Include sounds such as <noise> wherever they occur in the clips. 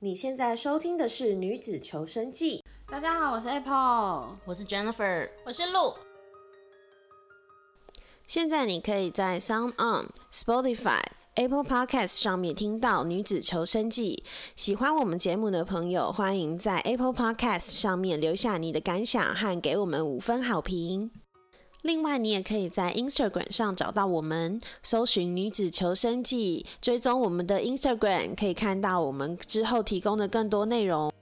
你现在收听的是《女子求生记》。大家好，我是 Apple，我是 Jennifer，我是鹿。现在你可以在 Sound On、Spotify、Apple Podcast 上面听到《女子求生记》。喜欢我们节目的朋友，欢迎在 Apple Podcast 上面留下你的感想和给我们五分好评。另外，你也可以在 Instagram 上找到我们，搜寻“女子求生记”，追踪我们的 Instagram，可以看到我们之后提供的更多内容。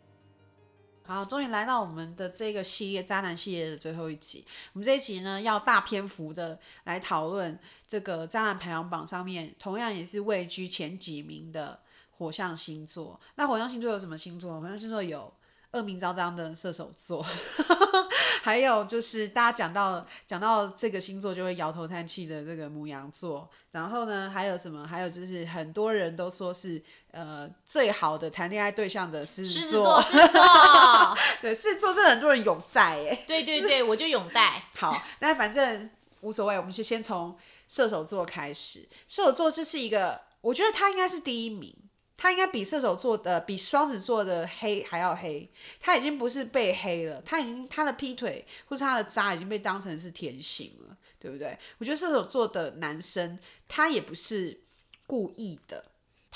好，终于来到我们的这个系列渣男系列的最后一集。我们这一集呢，要大篇幅的来讨论这个渣男排行榜上面，同样也是位居前几名的火象星座。那火象星座有什么星座？火象星座有恶名昭彰的射手座，还有就是大家讲到讲到这个星座就会摇头叹气的这个母羊座。然后呢，还有什么？还有就是很多人都说是呃最好的谈恋爱对象的狮狮子子座座，。狮子座， <laughs> 对，是做这很多人有在耶。对对对，我就永戴。 <laughs> 好，那反正无所谓，我们就先从射手座开始。射手座就是一个，我觉得他应该是第一名，他应该比射手座的比双子座的黑还要黑。他已经不是被黑了，他已经他的劈腿或是他的渣已经被当成是甜心了，对不对？我觉得射手座的男生他也不是故意的，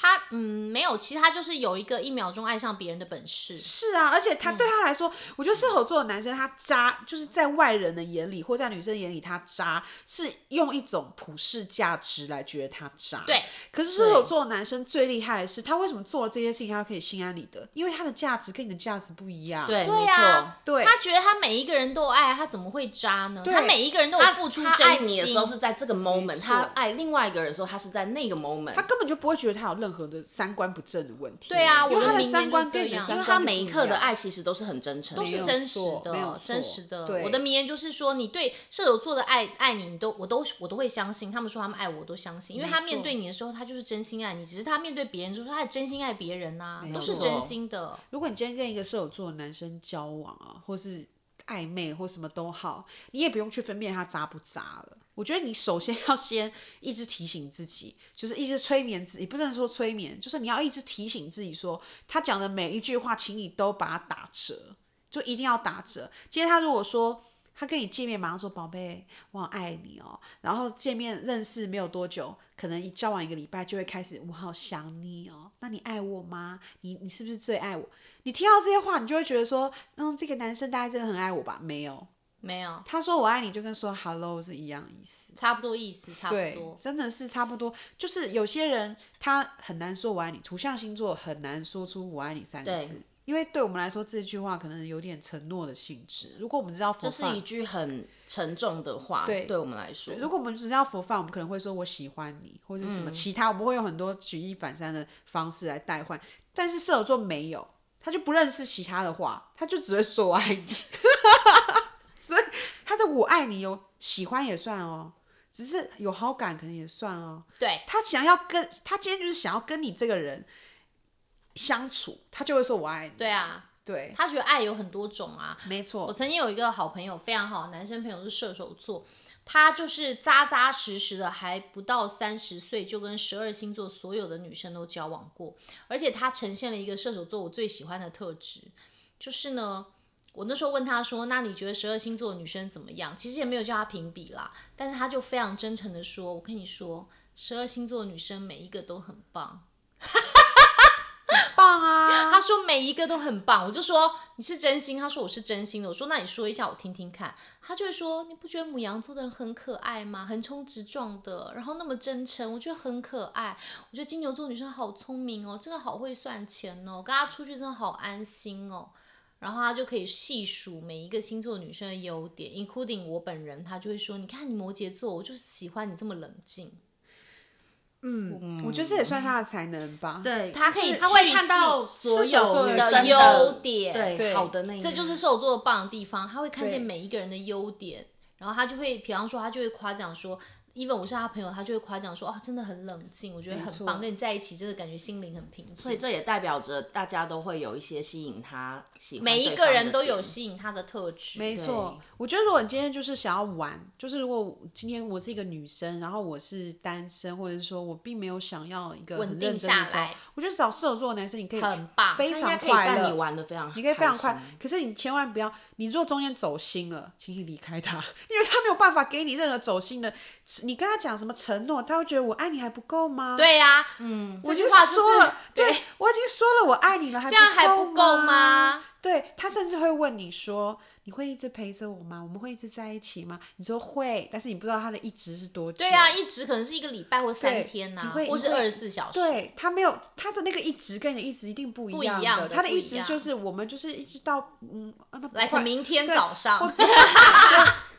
他嗯没有，其实他就是有一个一秒钟爱上别人的本事。是啊，而且他嗯对他来说，我觉得射手座的男生他渣，就是在外人的眼里或在女生眼里他渣，是用一种普世价值来觉得他渣。对。可是射手座的男生最厉害的是，他为什么做了这些事情他可以心安理得？因为他的价值跟你的价值不一样。。对，对没呀错。对他觉得他每一个人都爱，他怎么会渣呢？对他每一个人都有他付出他爱真你心的时候是在这个 moment，错他爱另外一个人的时候，他是在那个 moment，他根本就不会觉得他有任何的三观不正的问题。对啊因为我的他的明年三就观这跟你的样三因为观就他每不一刻一的样爱其实都是很真诚都的，没是有真实错没有的错，真实的对。我的名言就是说，你对射手座的爱爱你，你都我都我都会相信。他们说他们爱我，我都相信，因为他面对你的时候，他就是真心爱你，只是他面对别人就是他真心爱别人呐、没都是错真心的。如果你今天跟一个射手座的男生交往啊，或是暧昧或什么都好，你也不用去分辨他渣不渣了。我觉得你首先要先一直提醒自己，就是一直催眠自己，不是说催眠，就是你要一直提醒自己说，他讲的每一句话，请你都把它打折，就一定要打折。今天他如果说他跟你见面，马上说“宝贝，我好爱你哦”，然后见面认识没有多久，可能一交往一个礼拜就会开始“我好想你哦”，那你爱我吗？你你是不是最爱我？你听到这些话，你就会觉得说，嗯，这个男生大概真的很爱我吧？没有，没有，他说我爱你就跟说 hello 是一样的意思。差不多意思，差不对多，。真的是差不多。就是有些人他很难说我爱你，图像星座很难说出我爱你三个对字，因为对我们来说这句话可能有点承诺的性质。如果我们知道佛这是法一句很沉重的话，对对我们来说，如果我们知道佛法，我们可能会说我喜欢你，或者是什嗯么其他，我们会有很多举一反三的方式来代换。但是射手座没有，他就不认识其他的话，他就只会说我爱你。 <laughs> 所以他的我爱你有喜欢也算哦，只是有好感可能也算哦。对，他想要跟他今天就是想要跟你这个人相处，他就会说我爱你。对啊，对，他觉得爱有很多种啊。没我错，曾经有一个好朋友，非常好的男生朋友是射手座，他就是扎扎实实的，还不到三十岁就跟十二星座所有的女生都交往过，而且他呈现了一个射手座我最喜欢的特质，就是呢。我那时候问他说：“那你觉得十二星座的女生怎么样？”其实也没有叫他评比啦，但是他就非常真诚的说：“我跟你说，十二星座的女生每一个都很棒。”棒啊！他说每一个都很棒，我就说你是真心，他说我是真心的，我说那你说一下我听听看，他就会说你不觉得母羊座的人很可爱吗？横冲直撞的，然后那么真诚，我觉得很可爱。我觉得金牛座女生好聪明哦，真的好会算钱哦，跟她出去真的好安心哦。然后他就可以细数每一个星座女生的优点，including 我本人，他就会说：“你看你摩羯座，我就是喜欢你这么冷静。我觉得这也算他的才能吧。嗯对，他就可以是他会去看到射所手座有的女真生优点对对好的那一这就是面射手座的棒的地方，他会看见对每一个人的优点，然后他就会，比方说，他就会夸奖说。 even 我是他朋友，他就会夸奖说啊，真的很冷静，我觉得没很错棒，跟你在一起真的感觉心灵很平静。所以这也代表着大家都会有一些吸引他喜欢每一对个方人的都有点吸引他的特质，没错对，我觉得如果你今天就是想要玩，就是如果今天我是一个女生，然后我是单身，或者是说我并没有想要一个稳很定认真的下交来，我觉得找适合做的男生，你可以很棒非他应常该可以快带乐，你玩的非常，你可以非常快开心。可是你千万不要，你如果中间走心了，请你离开他，因为他没有办法给你任何走心的。你跟他讲什么承诺，他会觉得我爱你还不够吗？，对呀、嗯，我我已句经话就是说了，对对，我已经说了我爱你了，还这样还不不够吗吗？对他甚至会问你说：“你会一直陪着我吗？我们会一直在一起吗？”你说会，但是你不知道他的一直是多久。对啊，一直可能是一个礼拜或对三天你呐、会或你是会二十四小时。对他没有他的那个一直跟你的一直一定不一不一样样的他的不一一直样就是我们就是一直到嗯，啊那不来，快明天对早上，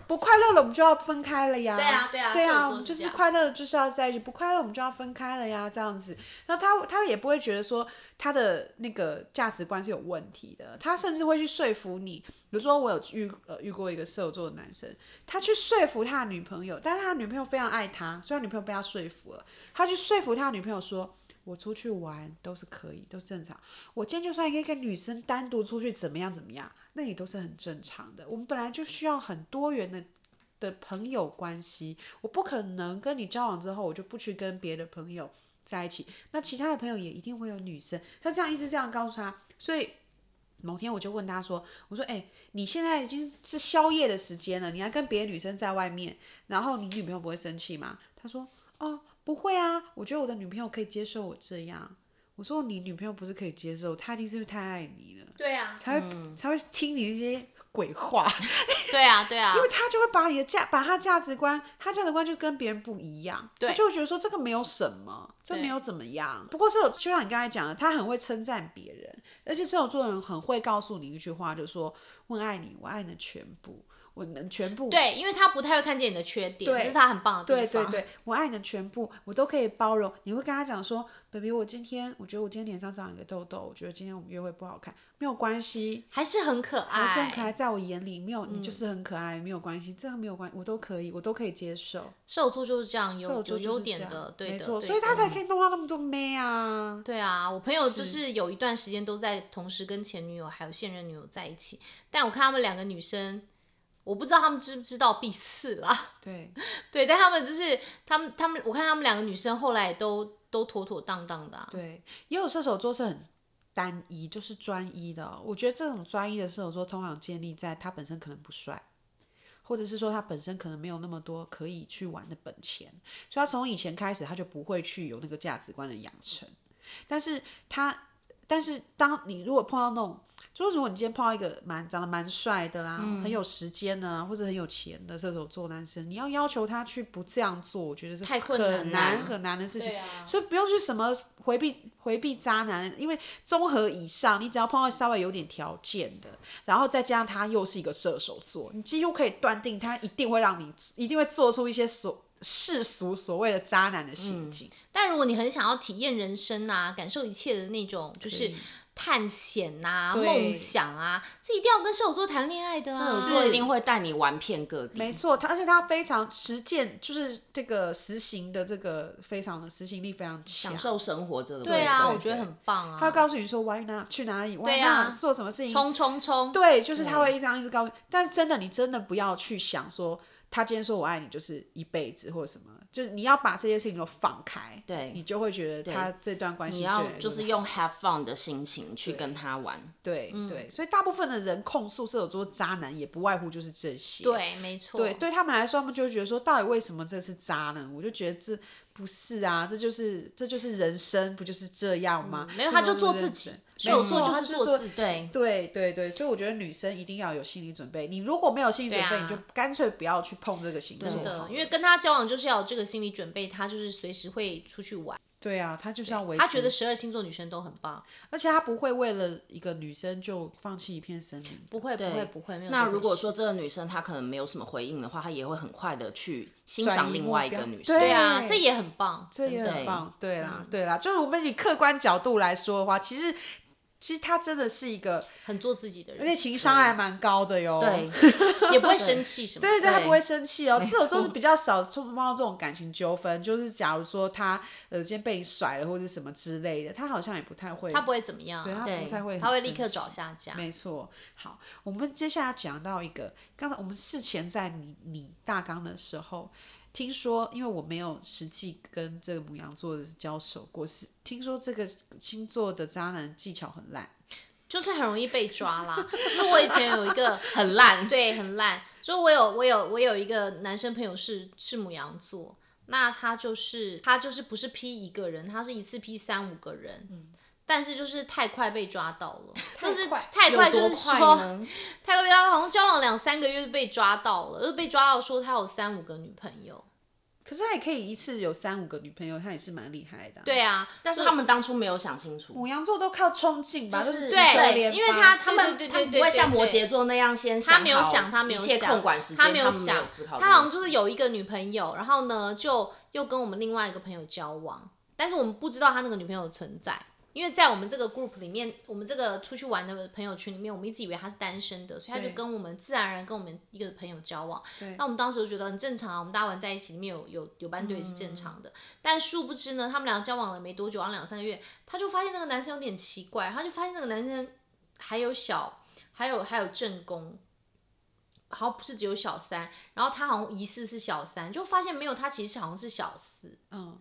不快乐了，我们就要分开了呀。对啊对啊对射手啊，座我们就是这是样快乐的就是要在一起，不快乐我们就要分开了呀，这样子。那他他也不会觉得说他的那个价值观是有问题的，他甚至会去说服你。比如说，我有遇呃遇过一个射手座的男生，他去说服他的女朋友，但是他女朋友非常爱他，所以他女朋友被他说服了，他去说服他女朋友说。我出去玩都是可以，都是正常。我今天就算跟一个女生单独出去，怎么样怎么样，那也都是很正常的。我们本来就需要很多元的的朋友关系，我不可能跟你交往之后，我就不去跟别的朋友在一起。那其他的朋友也一定会有女生，他这样一直这样告诉他，所以。某天我就问他说：“我说，哎、你现在已经是宵夜的时间了，你还跟别的女生在外面，然后你女朋友不会生气吗？”他说：“哦，不会啊，我觉得我的女朋友可以接受我这样。”我说：“你女朋友不是可以接受，她一定是太爱你了，对啊，才会、才会听你那些鬼话。” <laughs> 对啊，对啊因，为他就会把你的价，把他价值观，他价值观就跟别人不一样，对他就会觉得说这个没有什么，这对没有怎么样。不过射手就像你刚才讲的，他很会称赞别人，而且射手座的人很会告诉你一句话，就说“我爱你，我爱你的全部，我能全部”。对，啊因为他不太会看见你的缺点，对这是他很棒的对地对方。对，我爱你的全部，我都可以包容。你会跟他讲说，baby，我今天我觉得我今天脸上长了一个痘痘，我觉得今天我们约会不好看，没有关系，还是很可爱，还是很可哎爱，在我眼里没有你嗯就是很可爱，没有关系，这样没有关，我都可以，我都可以接受。射手座就是这样，射有手座就有是优这点样的，对没的，错，对所以的嗯他才可以弄到那么多妹啊。对啊，我朋友就是是有一段时间都在同时跟前女友还有现任女友在一起，但我看他们两个女生，我不知道他们知不知道彼此啦。 <laughs> 对，对，但他们就是他们他们，我看他们两个女生后来也都都妥妥当当的、啊。对，也有射手座是很单一，就是专一的哦、我觉得这种专一的射手座，通常建立在他本身可能不帅，或者是说他本身可能没有那么多可以去玩的本钱，所以他从以前开始他就不会去有那个价值观的养成。但是他，但是当你如果碰到那种，就是如果你今天碰到一个蛮长得蛮帅的啦，嗯很有时间呢、或者很有钱的射手座男生，你要要求他去不这样做，我觉得是太困很难难了很难的事情。对啊所以不用去什么回避回避渣男，因为综合以上，你只要碰到稍微有点条件的，然后再加上他又是一个射手座，你几乎可以断定他一定会让你一定会做出一些所世俗所谓的渣男的行径。但如果你很想要体验人生啊，感受一切的那种，就是探险呐、对梦想啊，这一定要跟射手座谈恋爱的啊。射手座一定会带你玩遍各地，没错，他而且他非常实践，就是这个实行的这个非常实行力非常强享。受生活这个部分。对啊，对我觉得很棒他啊。告诉你说 why not 去哪里，why 对啊 not 做什么事情，冲冲冲！对，就是他会一张一直告诉你，但是真的，你真的不要去想说他今天说我爱你就是一辈子或者什么，就是你要把这些事情都放开，对你就会觉得他这段关系你对要你来就说是用 have fun 的心情去跟他玩。对对，所以大部分的人控诉射手座渣男也不外乎就是这些，对，没错。对，对他们来说，他们就会觉得说，到底为什么这是渣呢？我就觉得这不是啊，这就是这就是人生，不就是这样吗？嗯啊没有他就这么做自己认真没射手错座就他是就做说自己对对对对，所以我觉得女生一定要有心理准备。你如果没有心理准备，对啊你就干脆不要去碰这个星座真好的，了因为跟他交往就是要有这个心理准备，他就是随时会出去玩。对啊，他就是要维持。他觉得，十二星座女生都很棒，而且他不会为了一个女生就放弃一片森林。不会不对会不会没有这回那事。如果说这个女生她可能没有什么回应的话，她也会很快的去欣赏另外一个女生。转移目标对啊，对这也很棒，这也真的欸嗯很棒，对啦，对啦，就是我们以客观角度来说的话，其实其实他真的是一个，很做自己的而且人，情商还蛮高的哟。对， <laughs> 也不会生气什么的。对对，他对不会生气哦。射手座错是比较少触碰到这种感情纠纷，就是假如说他呃今天被你甩了或者什么之类的，他好像也不太会，他不会怎么样，对他对不太会很生气，他会立刻找下家。没错，好，我们接下来讲到一个，刚才我们事前在你你大纲的时候，听说，因为我没有实际跟这个母羊座的交手过，是听说这个星座的渣男技巧很烂，就是很容易被抓啦。就是我以前有一个很烂，对，很烂。就我有我有我有一个男生朋友是是母羊座，那他就是他就是不是批一个人，他是一次批三五个人。但是就是太快被抓到了，就是快太快，就有是多说快呢？太快被抓到，好像交往两三个月就被抓到了，就被抓到说他有三五个女朋友。可是他也可以一次有三五个女朋友，他也是蛮厉害的啊、对啊，但是他们当初没有想清楚，母羊座都靠冲劲吧，就都是是对直球连因为发他他们对对对他们对不会对像对摩羯座那样先他没有好想，他没有一切想，控管时间，他他没们没想思考，他好像就是有一个女朋友，然后呢，就又跟我们另外一个朋友交往，但是我们不知道他那个女朋友的存在，因为在我们这个 group 里面，我们这个出去玩的朋友群里面，我们一直以为他是单身的，所以他对就跟我们自然而然跟我们一个朋友交往对。那我们当时就觉得很正常啊，我们大家玩在一起，里面有有有班队也是正常嗯的。但殊不知呢，他们俩交往了没多久，好像两三个月，他就发现那个男生有点奇怪，然后就发现那个男生还有小，还有还有正宫，好像不是只有小三，然后他好像疑似是小三，就发现没有，他其实好像是小四，嗯，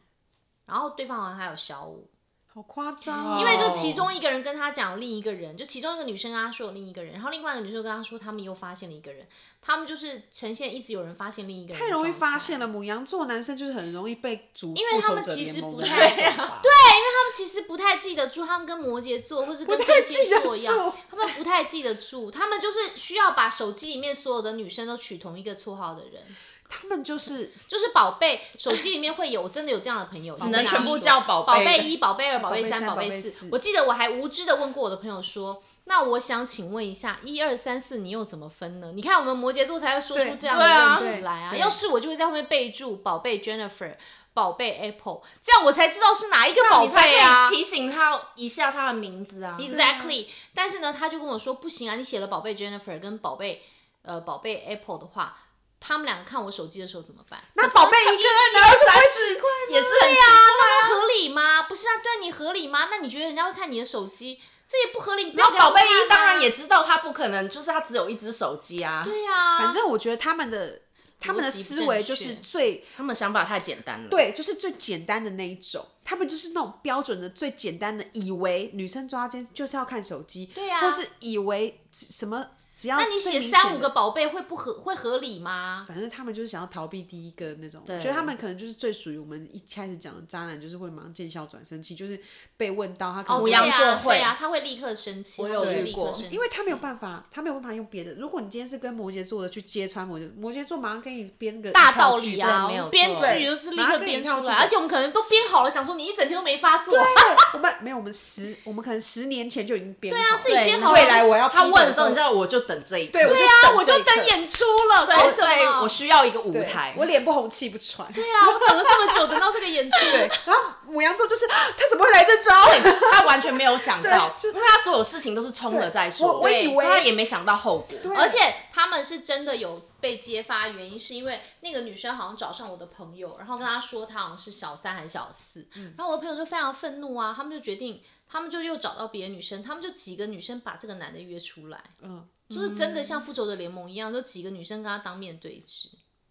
然后对方好像还有小五，好夸张、哦，因为就其中一个人跟他讲另一个人，就其中一个女生跟他说有另一个人，然后另外一个女生跟他说他们又发现了一个人，他们就是呈现一直有人发现另一个人，太容易发现了，。母羊座男生就是很容易被主，因为他们其实不太对、他们其实不太记得住，他们跟摩羯座或是跟不太天记蝎得座一住样，他们不太记得住，他们就是需要把手机里面所有的女生都取同一个绰号的人，他们就是就是宝贝，手机里面会有真的有这样的朋友，只能全部叫宝宝贝贝一、宝贝二、宝贝贝三三、宝宝贝贝四四。我记得我还无知的问过我的朋友说：“那我想请问一下，一二三四你又怎么分呢？”你看我们摩羯座才会说对出这样的对啊认知来啊！对对要是我就会在后面备注宝贝 Jennifer、宝贝 Apple，这样我才知道是哪一个宝你才贝啊可以。提醒他一下他的名字啊。 Exactly，、但是呢，他就跟我说不行啊，你写了宝贝 Jennifer 跟宝贝呃宝贝 Apple 的话，他们两个看我手机的时候怎么办？那宝贝一个人拿出来奇怪也是很对啊，那它合理吗？不是啊，对你合理吗？那你觉得人家会看你的手机，这也不合理。你不要那给我宝贝看啊一当然也知道他不可能，就是他只有一只手机啊，对啊，反正我觉得他们的他们的思维就是最他们想法太简单了。，对，就是最简单的那一种。他们就是那种标准的最简单的，以为女生抓奸就是要看手机，对啊或是以为什么只要那你最写明显三五的个宝贝会不合会合理吗？反正他们就是想要逃避第一个那种，我对觉得他们可能就是最属于我们一开始讲的渣男，就是会忙见笑转生气，就是被问到他可能母对羊座啊，会对啊，他会立刻生气，我有他就是遇立刻过生气因为他没有办法，他没有办法用别的。如果你今天是跟摩羯座的去揭穿摩羯，摩羯座马上跟你编个大一套道剧理本啊，对没我有们编错剧就是立马上刻跟你编出跳出来，来而且我们可能都编好了，想说你一整天都没发作。对对我们没有，我们十，我们可能十年前就已经编好了。啊自己编好了未来我要他劈问的的时候，你知就道我就等这一刻。对我就对啊，等我这就一等刻演出了，搞什所以么我需要一个舞对台。我脸不红气不喘。对啊，我等了这么久，等到这 <laughs> 个演出，然后母羊座就是啊他怎么会来这招？他完全没有想到，对就因为他所有事情都是冲了再说，我我以对为所他也没想到后果。对而且他们是真的有被揭发，原因是因为那个女生好像找上我的朋友，然后跟她说她好像是小三还是小四，嗯然后我的朋友就非常愤怒啊，他们就决定，他们就又找到别的女生，他们就几个女生把这个男的约出来，嗯，就是真的像复仇者联盟一样，就几个女生跟他当面对质，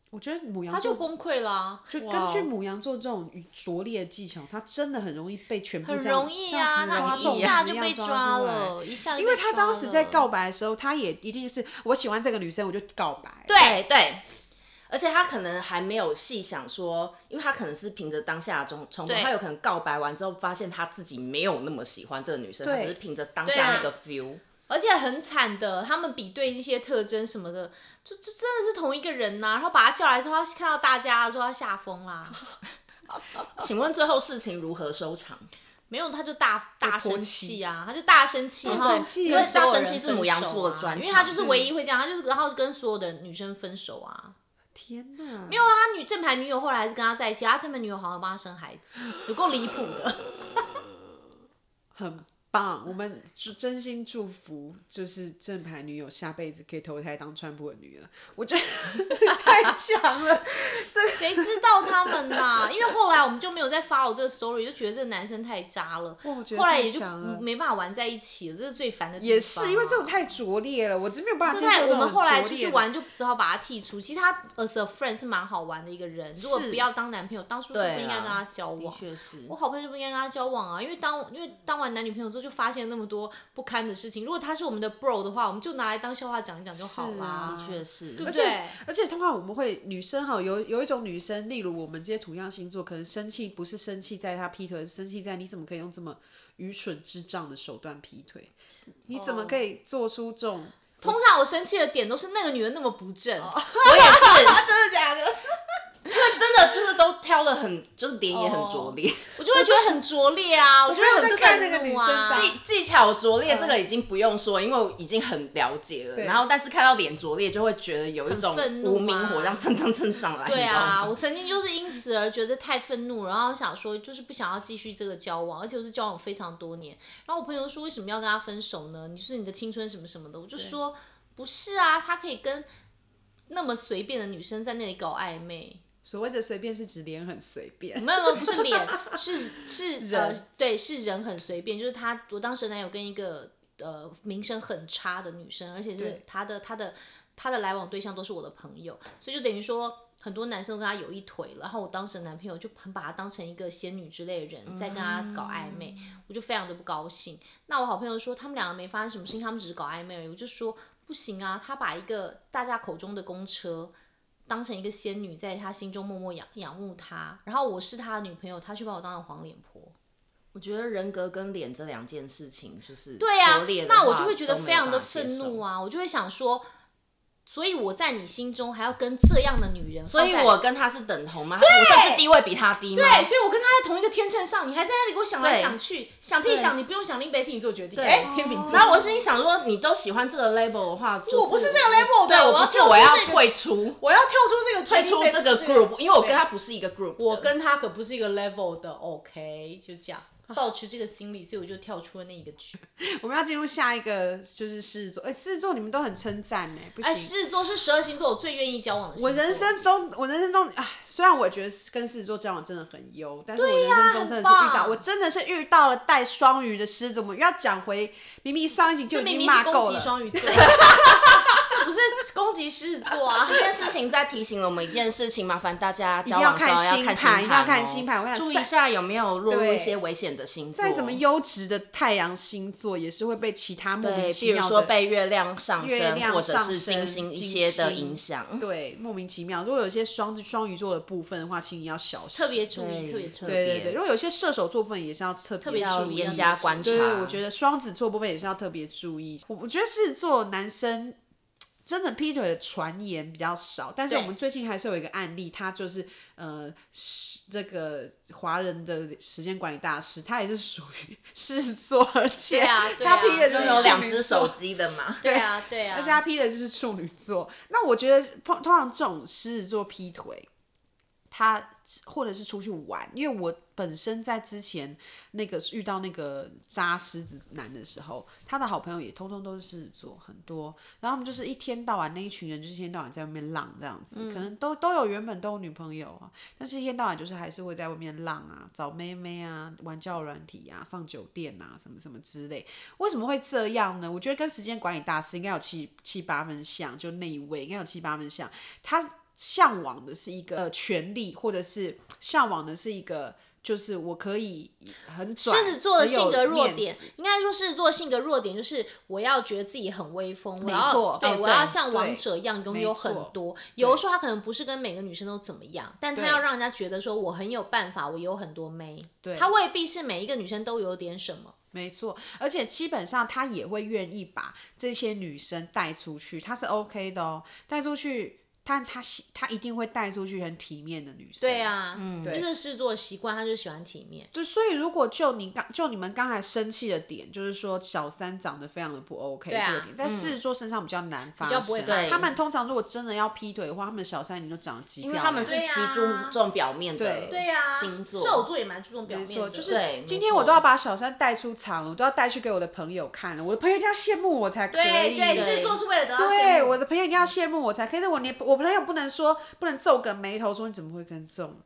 我觉得母羊他就座崩溃啊啦、就根哦据母羊座这种拙劣的技巧，他真的很容易被全部很这样容易像啊，他抓一走下一就样被抓抓出来。了，一下就被抓了，因为他当时在告白的时候，他也一定是我喜欢这个女生，我就告白。对，对对，而且他可能还没有细想说，因为他可能是凭着当下的冲冲动，对他有可能告白完之后发现他自己没有那么喜欢这个女生，他对只是凭着当对啊下那个 feel。而且很惨的，他们比对这些特征什么的，就就真的是同一个人呐、然后把他叫来之后，他看到大家说他吓疯 <laughs> 啦，请问最后事情如何收场？没有他就大大泼生气啊，他就大生气，啊然后生气因为对大大生生气气是是母母羊羊座座的的专嗯长，专长因为他就是是唯一会这样，他就是然后跟所有的女生分手啊。天哪！没没有啊，他女正牌女友后来还是跟他在一起，他正牌女友好像帮他生孩子，有够离谱的。很棒！我们祝真心祝福，就是正牌女友下辈子可以投胎当川普的女儿。我觉得 <laughs> 太强 <laughs> 了，谁知道他们 <laughs> 呐、因为后来我们就没有再 follow 这个 story，就觉得这个男生太渣了，哇我觉得后来太也就强了没办法玩在一起了，这是最烦的地方啊。也是因为这种太拙劣了，我真没有办法真接受这的，我种们很后来拙出劣去的玩就只好把他剔除。其实他 as a friend 是蛮好玩的一个人，如果是不要当男朋友，当初就不对应该啦跟他交的往。确是我。好朋友就不应该跟他交往啊，因为当因为当完男女朋友之后，就发现那么多不堪的事情。如果他是我们的 bro 的话，我们就拿来当笑话讲一讲就好是啦。啊的确是，而对不且对而且通常我们会女生哈，有有一种女生，例如我们这些土象星座，可能生气不是生气在她劈腿，而是生气在你怎么可以用这么愚蠢智障的手段劈腿？你怎么可哦以做出这种？通常我生气的点都是那个女人那么不正，我也是， <laughs> 真的假 <laughs> 的？真的就是都挑了很，就是脸也很拙劣，我就会觉得很拙劣啊，我就会没有很在看那个女生愤怒啊长技 <laughs> 技巧拙嗯劣这个已经不用说，因为我已经很了解了。然后，但是看到脸拙劣，就会觉得有一种很愤怒啊无名火这样蹭蹭蹭上来，对你知道啊，吗？我曾经就是因此而觉得太愤怒，然后想说就是不想要继续这个交往，而且我是交往非常多年。然后我朋友说为什么要跟他分手呢？你就是你的青春什么什么的，我就说不是啊，他可以跟那么随便的女生在那里搞暧昧，所谓的随便是指脸很随 <laughs> 便，没有没有，不是脸，是是呃人，对，是人很随便，就是他，我当时男友跟一个呃名声很差的女生，而且是对他的他的他的来往对象都是我的朋友，所以就等于说。很多男生都跟他有一腿了，然后我当时的男朋友就很把她当成一个仙女之类的人，在跟她搞暧昧，我就非常的不高兴。那我好朋友说他们两个没发生什么事情，他们只是搞暧昧而已。我就说不行啊，他把一个大家口中的公车当成一个仙女，在他心中默默仰仰慕她，然后我是他的女朋友，他却把我当成黄脸婆。我觉得人格跟脸这两件事情，就是对对啊拙劣，的话那我就会觉得非常的愤怒啊。啊，我就会想说，所以我在你心中还要跟这样的女人所放在，以我跟他是等同吗？我甚至地位比他低吗？对，所以我跟他在同一个天秤上，你还在那里给我想来对想去，想屁想，你不用想林北挺你做决定，对哎，天秤座然。后我心里想说，你都喜欢这个 label 的话，就是、我不是这个 label 的对我要我不是跳出我要这个退出，我要跳出这个退出决定这被个子 group，因为我跟对他不是一个 group 的。我跟他可不是一个 level 的，OK，就这样，保持这个心理，所以我就跳出了那一个区。我们要进入下一个就是狮子座，哎、狮子座你们都很称赞呢，不行。哎，狮子座是十二星座我最愿意交往的星座。我人生中，我人生中，哎，虽然我觉得跟狮子座交往真的很优，但是我人生中真的是遇很到，棒我真的是遇到了带双鱼的狮子。我们又要讲回，明明上一集就这已明经明是骂攻够击了，双鱼 <laughs> 座，这不是攻击狮子座啊。这件事情在提醒了我们一件事情，麻烦大家交定要往的时候看要星看盘一定要看哦星盘我想注意再一下有没有落入对一些危险的星座。再怎么优质的太阳星座也是会被其他莫名对，比其如妙说的。被月亮上月亮升或者上是金升星一金些的星影响。对，莫名其妙。如果有一些双双鱼座的部分的话，请你要小心。特别注意，对特别注意。对对对，如果有一些射手座部分也是要特别别要注意严加观察。对，我觉得双子座部分也是要特别注意。我我觉得狮子座男生真的劈腿的传言比较少，但是对我们最近还是有一个案例，他就是呃，是这个华人的时间管理大师，他也是属于狮子座，而且对啊对他啊劈的就拥是拥有两处女只座手机的嘛。对啊，对啊而且。他劈的就是处女座。 <laughs> 那我觉得通通常这种狮子座劈腿，他或者是出去玩，因为我本身在之前那个遇到那个渣狮子男的时候，他的好朋友也通通都是狮子座，很多。然后他们就是一天到晚那一群人就是一天到晚在外面浪这样子，可能都都有原本都有女朋友啊，但是一天到晚就是还是会在外面浪啊，找妹妹啊，玩交友软体啊，上酒店啊，什么什么之类。为什么会这样呢？我觉得跟时间管理大师应该有七七八分像，就那一位应该有七八分像。他向往的是一个呃权利，或者是向往的是一个，就是我可以很狮狮子座的性格弱点，应该说狮子座性格弱点就是我要觉得自己很威风，我要错对哦我要对像王者一样拥有很多。有的时候他可能不是跟每个女生都怎么样，但他对要让人家觉得说我很有办法，我有很多妹。对他未必是每一个女生都有点什么。没错，而且基本上他也会愿意把这些女生带出去，他是 OK 的哦。带出去，但她喜她一定会带出去很体面的女生。对，啊，嗯，就对是狮子座的习惯，他就喜欢体面。就所以如果就你刚就你们刚才生气的点，就是说小三长得非常的不 OK、啊这个点，在狮子座身上比较难发比较生。不会发生他们通常如果真的要劈腿的话，他们的小三已经都长得极漂因为亮。他们是对啊极注重表面的对啊对星座射手座也蛮注重表面的，错，就是对今没天我错都要把小三带出场了，我都要带去给我的朋友看了，我的朋友一定要羡慕我才可哎对以。对，是狮子座是为了得到羡对，慕我的朋友一定要羡慕我才可以。但我连我朋友不能说，不能皱个眉头说你怎么会跟这种，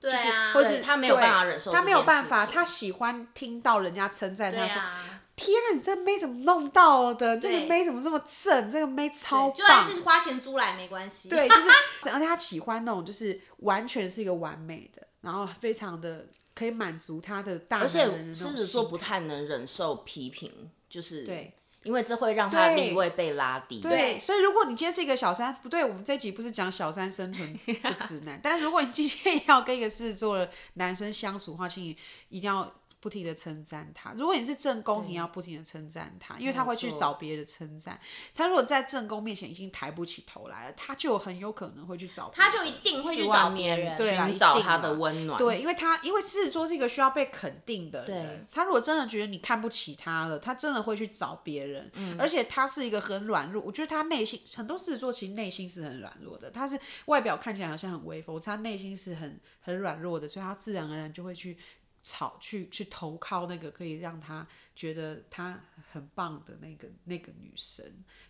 对啊，或对是他没有对办法忍受他这没有件办事法，情他喜欢听到人家称赞他说：“啊，天啊，你这妹怎么弄到的？这对个妹怎么这么正？这个妹超就算棒。”是花钱租来没关系。对，就是，而且他喜欢那种就是完全是一个完美的，然后非常的可以满足他的大而男且人的嗯那狮种子座心不态太能忍受批评，就是对，因为这会让他的对地位被拉低。对，所以如果你今天是一个小三，不对，我们这一集不是讲小三生存指的指南，但如果你今天要跟一个狮子座的男生相处的话，请你一定要不停的称赞他。如果你是正宫，你要不停的称赞他，因为他会去错找别人称赞。他如果在正宫面前已经抬不起头来了，他就很有可能会去找别他人，就一定会去去外找别面人。对啊一寻找定他嘛的温暖。对，因为他因为狮子座是一个需要被肯定的人对，他如果真的觉得你看不起他了，他真的会去找别人，嗯而且他是一个很软弱，我觉得他内心很多狮子座其实内心是很软弱的，他是外表看起来好像很威风，他内心是很很软弱的，所以他自然而然就会去。吵去去投靠那个可以让他觉得他很棒的那个那个女生，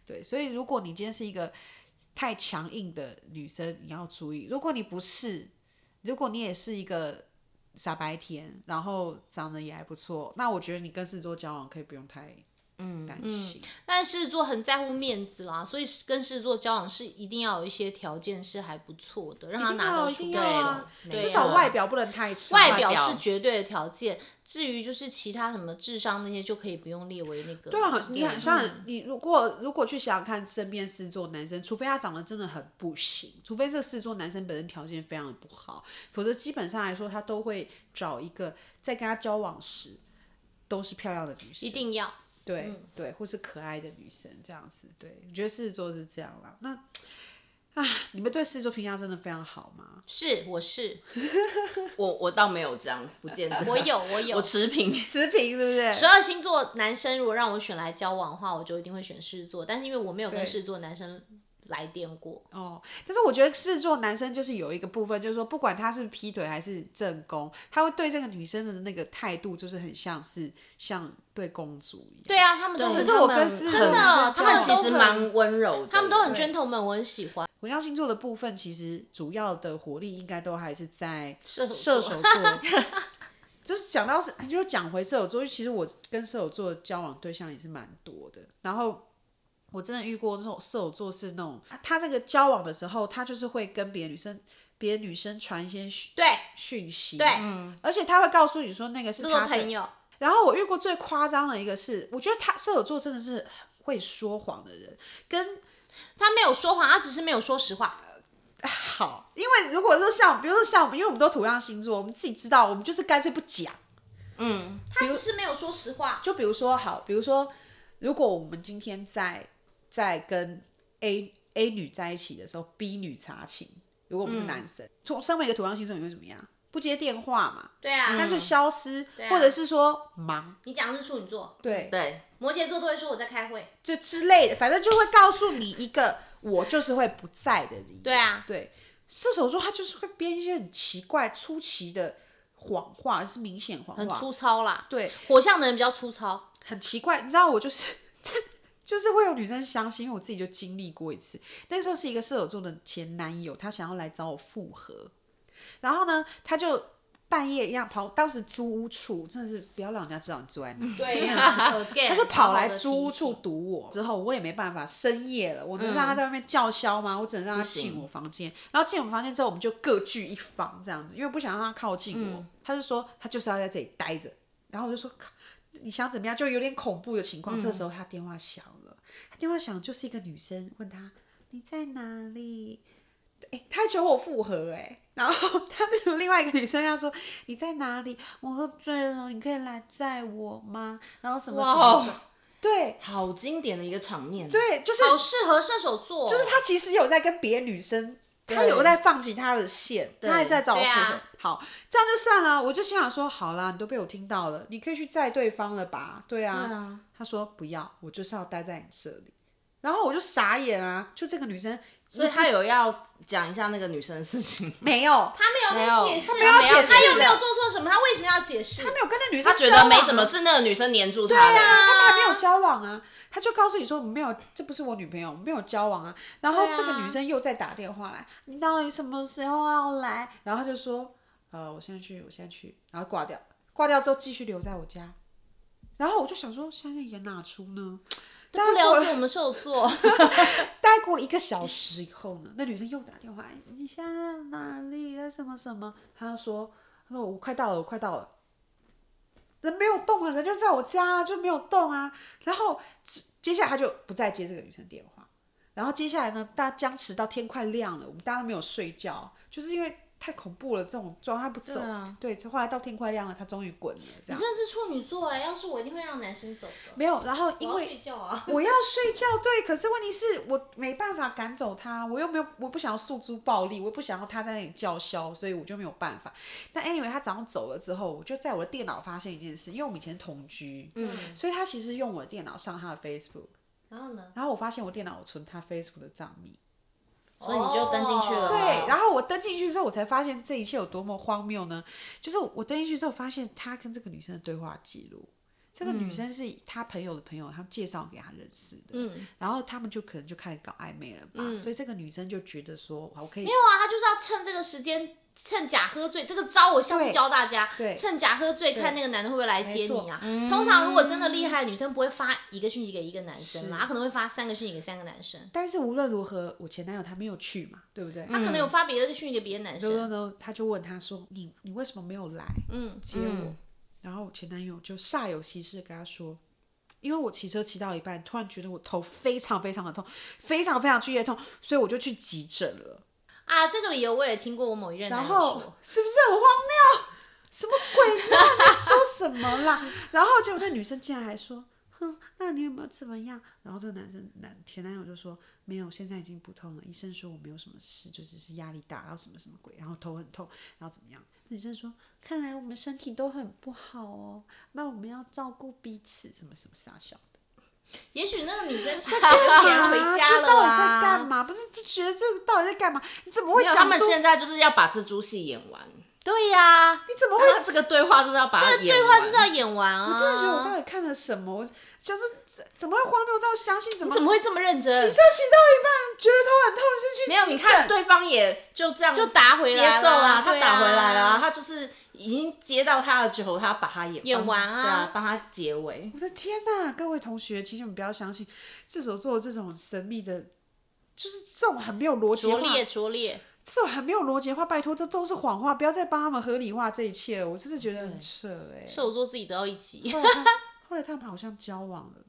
对，所以如果你今天是一个太强硬的女生，你要注意；如果你不是，如果你也是一个傻白甜，然后长得也还不错，那我觉得你跟狮子座交往可以不用太嗯担心。但狮子座很在乎面子啦，所以跟狮子座交往是一定要有一些条件是还不错的，让一他定拿要得一出定手要啊。对至啊少外表不能太啊差。外表表是绝对的条件，至于就是其他什么智商那些就可以不用列为那个。对嗯对啊，你很像你如果如果去想想看，身边狮子座男生，除非他长得真的很不行，除非这个狮子座男生本身条件非常的不好，否则基本上来说，他都会找一个在跟他交往时都是漂亮的女生，一定要。对、对，或是可爱的女生这样子。对，我觉得狮子座是这样啦。那啊，你们对狮子座评价真的非常好吗？是，我是，我我倒没有这样，不见得。我有，我 <laughs> 有 <laughs> 我。持平。持平，对不对？十二星座男生如果让我选来交往的话，我就一定会选狮子座，但是因为我没有跟对狮子座男生来电过，哦，但是我觉得狮子座男生就是有一个部分，就是说不管他是劈腿还是正宫，他会对这个女生的那个态度，就是很像是像对公主一样。对啊，他们都对可很是他我们跟狮子座真很的男生交他们往其都实很蛮温柔的，他们都很对 gentleman，我很喜欢。火象星座的部分，其实主要的火力应该都还是在射手射座手座。 <laughs> 就是讲到是，就讲回射手座，因为其实我跟射手座的交往对象也是蛮多的，然后。我真的遇过这种射手座是那种，他这个交往的时候，他就是会跟别的女生，别的女生传一些讯对讯息，对，而且他会告诉你说那个是这种嗯他的朋友，然后我遇过最夸张的一个是，我觉得他射手座真的是很会说谎的人，跟他没有说谎，他只是没有说实话。好，因为如果说像，比如说像我们，因为我们都土象星座，我们自己知道，我们就是干脆不讲。他只是没有说实话，就比如说，好，比如说，如果我们今天在在跟 A A 女在一起的时候，B 女查寝，如果我嗯们是男生，从、身为一个土象星座，你会怎么样？不接电话嘛，对啊，干脆消失，啊或者是说忙，你讲的是处女座，对，对，摩羯座都会说我在开会，就之类的，反正就会告诉你一个我就是会不在的理由。对啊对，射手座他就是会编一些很奇怪、出奇的谎话，是明显谎话，很粗糙啦。对，火象的人比较粗糙，很奇怪，你知道我就是 <laughs> 就是会有女生相信，因为我自己就经历过一次。那时候是一个射手座的前男友，他想要来找我复合，然后呢，他就半夜一样跑，当时租屋处真的是不要让人家知道你住在哪，对真的是他他就跑来租屋处堵我，之后我也没办法，深夜了，我能让他在外面叫嚣吗？我只能让他进我房间，然后进我房间之后，我们就各据一方这样子，因为不想让他靠近我。他就说他就是要在这里待着，然后我就说靠你想怎么样，就有点恐怖的情况。这时候他电话响了，他电话响就是一个女生问他你在哪里？哎、他求我复合哎、然后他就有另外一个女生跟他说：“你在哪里？我喝醉了，你可以来载我吗？”然后什么什么的哇哦对好经典的一个场面。对，就是好适合射手座，就是他其实有在跟别的女生，他有在放弃他的线，他还是在找我复对合。啊好，这样就算了。我就心想说，好啦，你都被我听到了，你可以去载对方了吧？对啊。对啊他说不要，我就是要待在你这里。然后我就傻眼啊，就这个女生，所所以他有要讲一下那个女生的事情吗，没有？他没有在解释，啊没有他没有解释他又没有做错什么，他为什么要解释？他没有跟那女生他觉交得往没啊什么，是那个女生黏住他对啊，的。他们还没有交往啊。他就告诉你说没有，这不是我女朋友，没有交往啊。然后对啊这个女生又再打电话来，你到底什么时候要来？然后他就说，呃，我现在去，我现在去，然后挂掉。挂掉之后继续留在我家。然后我就想说，现在演哪出呢？大不概过了了解我们射手座，大概过了一个小时以后呢，那女生又打电话，哎你现在在哪里？在什么什么？她就说，她说我快到了，我快到了。人没有动啊，人就在我家啊，就没有动啊。然后接接下来他就不再接这个女生电话。然后接下来呢，大家僵持到天快亮了，我们大家都没有睡觉，就是因为太恐怖了，这种状态他不走。对啊对，后来到天快亮了，他终于滚了，这样真的是处女座哎，要是我一定会让男生走的，没有。然后因我要为睡觉啊。我要睡觉，对，可是问题是我没办法赶走他，我又没有，我不想要诉诸暴力，我也不想要他在那里叫嚣，所以我就没有办法。但 anyway，他早上走了之后，我就在我的电脑发现一件事，因为我们以前同居，嗯，所以他其实用我的电脑上他的 Facebook，然后呢？然后我发现我电脑有存他 Facebook 的账密，所以你就登进去哦了。对，然后我登进去之后，我才发现这一切有多么荒谬呢？就是我登进去之后，发现他跟这个女生的对话记录。这个女生是他朋友的朋友，他们介绍给他认识的，嗯，然后他们就可能就开始搞暧昧了吧，所以这个女生就觉得说，哇我可以没有啊，他就是要趁这个时间，趁假喝醉，这个招我下次对教大家。对趁假喝醉，看那个男的会不会来接没错你啊。嗯通常如果真的厉害，女生不会发一个讯息给一个男生嘛，是她可能会发三个讯息给三个男嗯生，但是无论如何，我前男友他没有去嘛，对不对？她可能有发别的讯息给别的男然后生。呢，他就问他说，你你为什么没有来嗯，接我？然后我前男友就煞有其事地跟他说，因为我骑车骑到一半，突然觉得我头非常非常的痛，非常非常剧烈痛，所以我就去急诊了。啊，这个理由我也听过我某一任然男友后说。是不是很荒谬？什么鬼啦？你在说什么啦？ <laughs> 然后结果那女生竟然还说：“哼，那你有没有怎么样？”然后这个男生男前男友就说：“没有，现在已经不痛了。医生说我没有什么事，就只是压力大，然后什么什么鬼，然后头很痛，然后怎么样？”女生说：“看来我们身体都很不好哦，那我们要照顾彼此，什么什么傻笑。” <laughs> 也许那个女生其实就别人回家这了到底啊。在干嘛？不是就觉得这到底在干嘛？你怎么会没有讲他们出？现在就是要把这出戏演完。对呀、你怎么会他这个对话就是要把它演对完话就是要演完我啊。真的觉得我到底看了什么？我想说怎怎么会荒谬到相信什么？你怎么会这么认骑车真？骑到一半觉得头很痛就去没有，急你诊看对方也就这样就打回来接受啦啦，他对打回啊来了，他就是已经接到他的球，他把他演演完啊啊，对啊，帮他结尾。我的天哪！各位同学，请你们不要相信射手座这种神秘的，就是这种很没有逻辑拙化，劣拙劣，这种很没有逻辑化。拜托，这都是谎话，不要再帮他们合理化这一切了。我真的觉得很扯哎、射手座自己都要一起。 <laughs> 后来他后来他们好像交往了。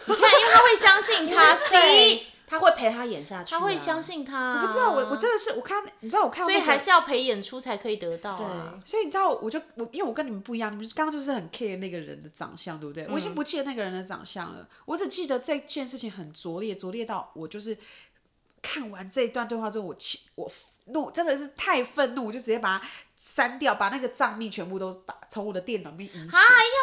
看，因为他会相信 <laughs> 他，C，他会陪他演下去啊啊，他会相信我他。不知道，我我真的是我看，你知道我看到所那以个，还是要陪演出才可以得到啊。所以你知道，我就我因为我跟你们不一样，你们刚刚就是很 care 那个人的长相，对不对？嗯我已经不记得那个人的长相了，我只记得这件事情很拙劣，拙劣到我就是看完这一段对话之后，我气我怒，真的是太愤怒，我就直接把它删掉，把那个账密全部都把从我的电脑里面移除啊，。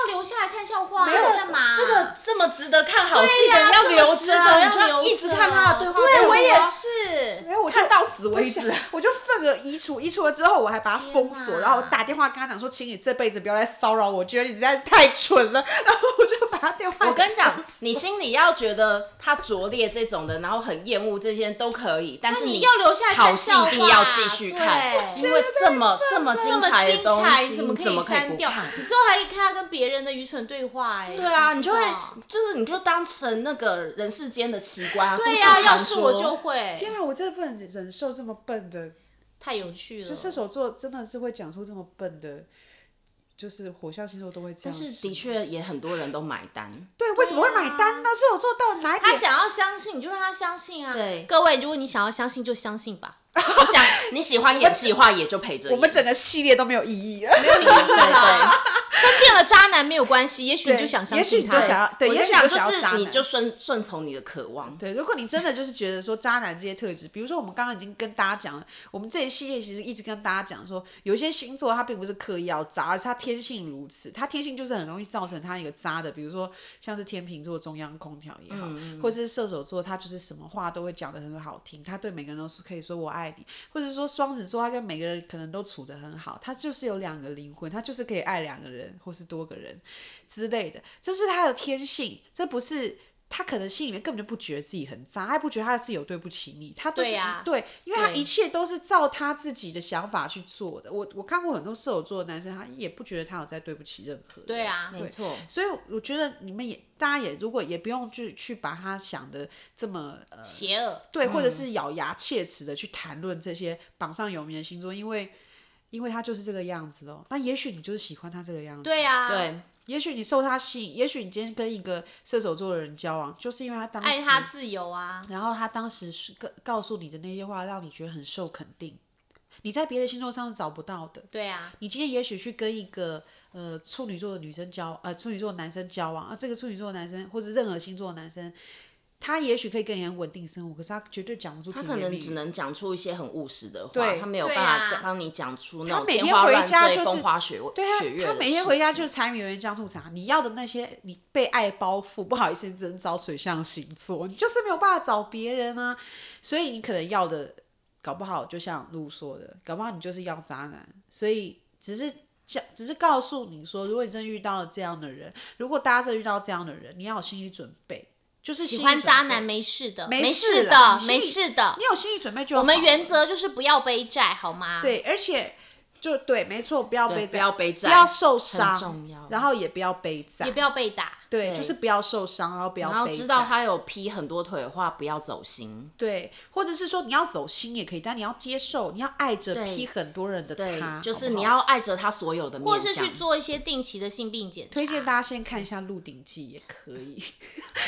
要留下来看笑话，要干嘛？这个这么值得看好戏对的，呀，要这么留值着，得啊你就要要留一直着看他的对话记录啊。对我也没是。有，我就看到死为不想止。我就愤而移除，移除了之后我还把它封锁，天哪然后我打电话跟他讲说，请你这辈子不要来骚扰我，觉得你实在太蠢了，然后我就把他电话。我跟 <laughs> 你讲，你心里要觉得他拙劣这种的，然后很厌恶这些都可以，但是你你要留下来看好戏一定要继续笑看啊话，对因为这么这么这精么彩的精东彩，西，怎么你可怎以么可以删不掉？看？你之后还可以看他跟别人的愚蠢对话，哎，对啊，知不你知就会道就是你就当成那个人世间的奇观啊，对故事呀，传要是说我就会，天啊，我真的不能忍受这么笨的，太有趣了。就射手座真的是会讲出这么笨的，就是火象星座都会这样但想。是的确也很多人都买单， <laughs> 对，为什么会买单呢？射手座到底哪一他点？想要相信，你就让他相信啊。对各位，如果你想要相信，就相信 <laughs> 吧。我想你喜欢演戏的话，也就陪着我们演整个系列都没有意义了。对对，分辨了渣男没有关系，也许你对就想相也许信你他就。想要，对，我也在许你想，就就想要渣是男。你就顺顺从你的渴望，对，如果你真的就是觉得说渣男这些特质，比如说我们刚刚已经跟大家讲了，我们这一系列其实一直跟大家讲说，有一些星座他并不是刻意要渣，而是他天性如此，他天性就是很容易造成他一个渣的，比如说像是天秤座中央空调也好，嗯或是射手座他就是什么话都会讲得很好听，他对每个人都是可以说我爱你，或者说双子座他跟每个人可能都处得很好，他就是有两个灵魂，他就是可以爱两个人或是多个人之类的，这是他的天性，这不是。他可能心里面根本就不觉得自己很渣，他不觉得他是有对不起你，他都是对呀对，因为他对一切都是照他自己的想法去做的。我我看过很多射手座的男生，他也不觉得他有在对不起任何人。对啊，没错，所以我觉得你们也，大家也如果也不用去去把他想的这么呃邪恶。对，或者是咬牙切齿的去谈论这些榜上有名的星座，因为因为他就是这个样子咯。那也许你就是喜欢他这个样子，对啊，对，也许你受他吸引，也许你今天跟一个射手座的人交往，就是因为他当时爱他自由啊。然后他当时是告告诉你的那些话，让你觉得很受肯定，你在别的星座上是找不到的。对啊，你今天也许去跟一个呃处女座的女生交呃处女座的男生交往啊，这个处女座的男生或是任何星座的男生，他也许可以跟你很稳定生活，可是他绝对讲不出他甜可言蜜能语。只能讲出一些很务实的话，对他没有对办啊法帮你讲出那他种每天天花回乱家坠、就是风花雪月对啊雪，月他的每天事回家情就是柴米油盐酱醋茶，你要的那些你被爱包覆，不好意思，你只能找水象星座，你就是没有办法找别人啊。所以你可能要的，搞不好就像露说的，搞不好你就是要渣男。所以只是讲，只是告诉你说，如果你真的遇到了这样的人，如果大家真的遇到这样的人，你要有心理准备，就是喜喜欢渣男。没事的，没没事事啦的，你没心事的你。有心理准备就好我们原了则就是不要背债，好吗？，对，而且就对，没错，不要对背不债，要背债不要受很伤，重要然后也不要背债也，不要被打。对，对就是不要受伤，然后不要然后悲知道惨他有劈很多腿的话，不要走心。对，或者是说你要走心也可以，但你要接受，你要爱着对批很多人的对他，，就是好不你好要爱着他所有的面或相，是去做一些定期的性病检查。推荐大家先看一下《鹿鼎记》也可 <laughs> 以。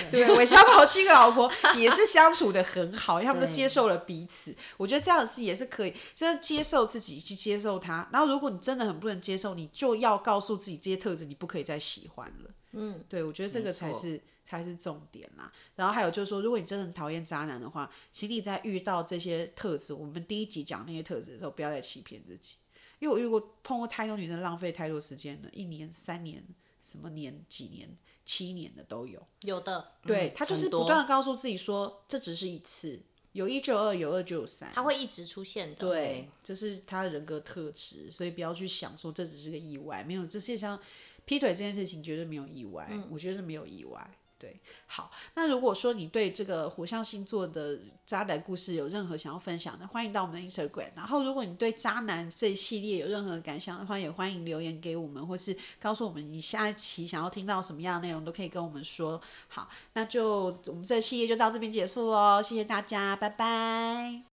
对，韦小宝七个老婆也是相处的很好，因为他们都对接受了彼此。我觉得这样子也是可以，就是接受自己，去接受他。然后，如果你真的很不能接受，你就要告诉自己这些特质你不可以再喜欢了。嗯，对，我觉得这个才错是才是重点啦。然后还有就是说，如果你真的很讨厌渣男的话，请你在遇到这些特质，我们第一集讲那些特质的时候，不要再欺骗自己。因为我遇过碰过太多女生浪费太多时间了，一年、三年、什么年、几年、七年的都有。有的，嗯对他就是嗯很多不断的告诉自己说，这只是一次，有一就有二，有二就有三。他会一直出现的。对，这是他的人格特质，所以不要去想说这只是个意外，没有，这世界上劈腿这件事情绝对没有意外，我觉得是没有意外。对，好，那如果说你对这个火象星座的渣男故事有任何想要分享的，欢迎到我们的 Instagram。然后，如果你对渣男这一系列有任何感想的话，也欢迎留言给我们，或是告诉我们你下一期想要听到什么样的内容，都可以跟我们说。好，那就我们这系列就到这边结束喽，谢谢大家，拜拜。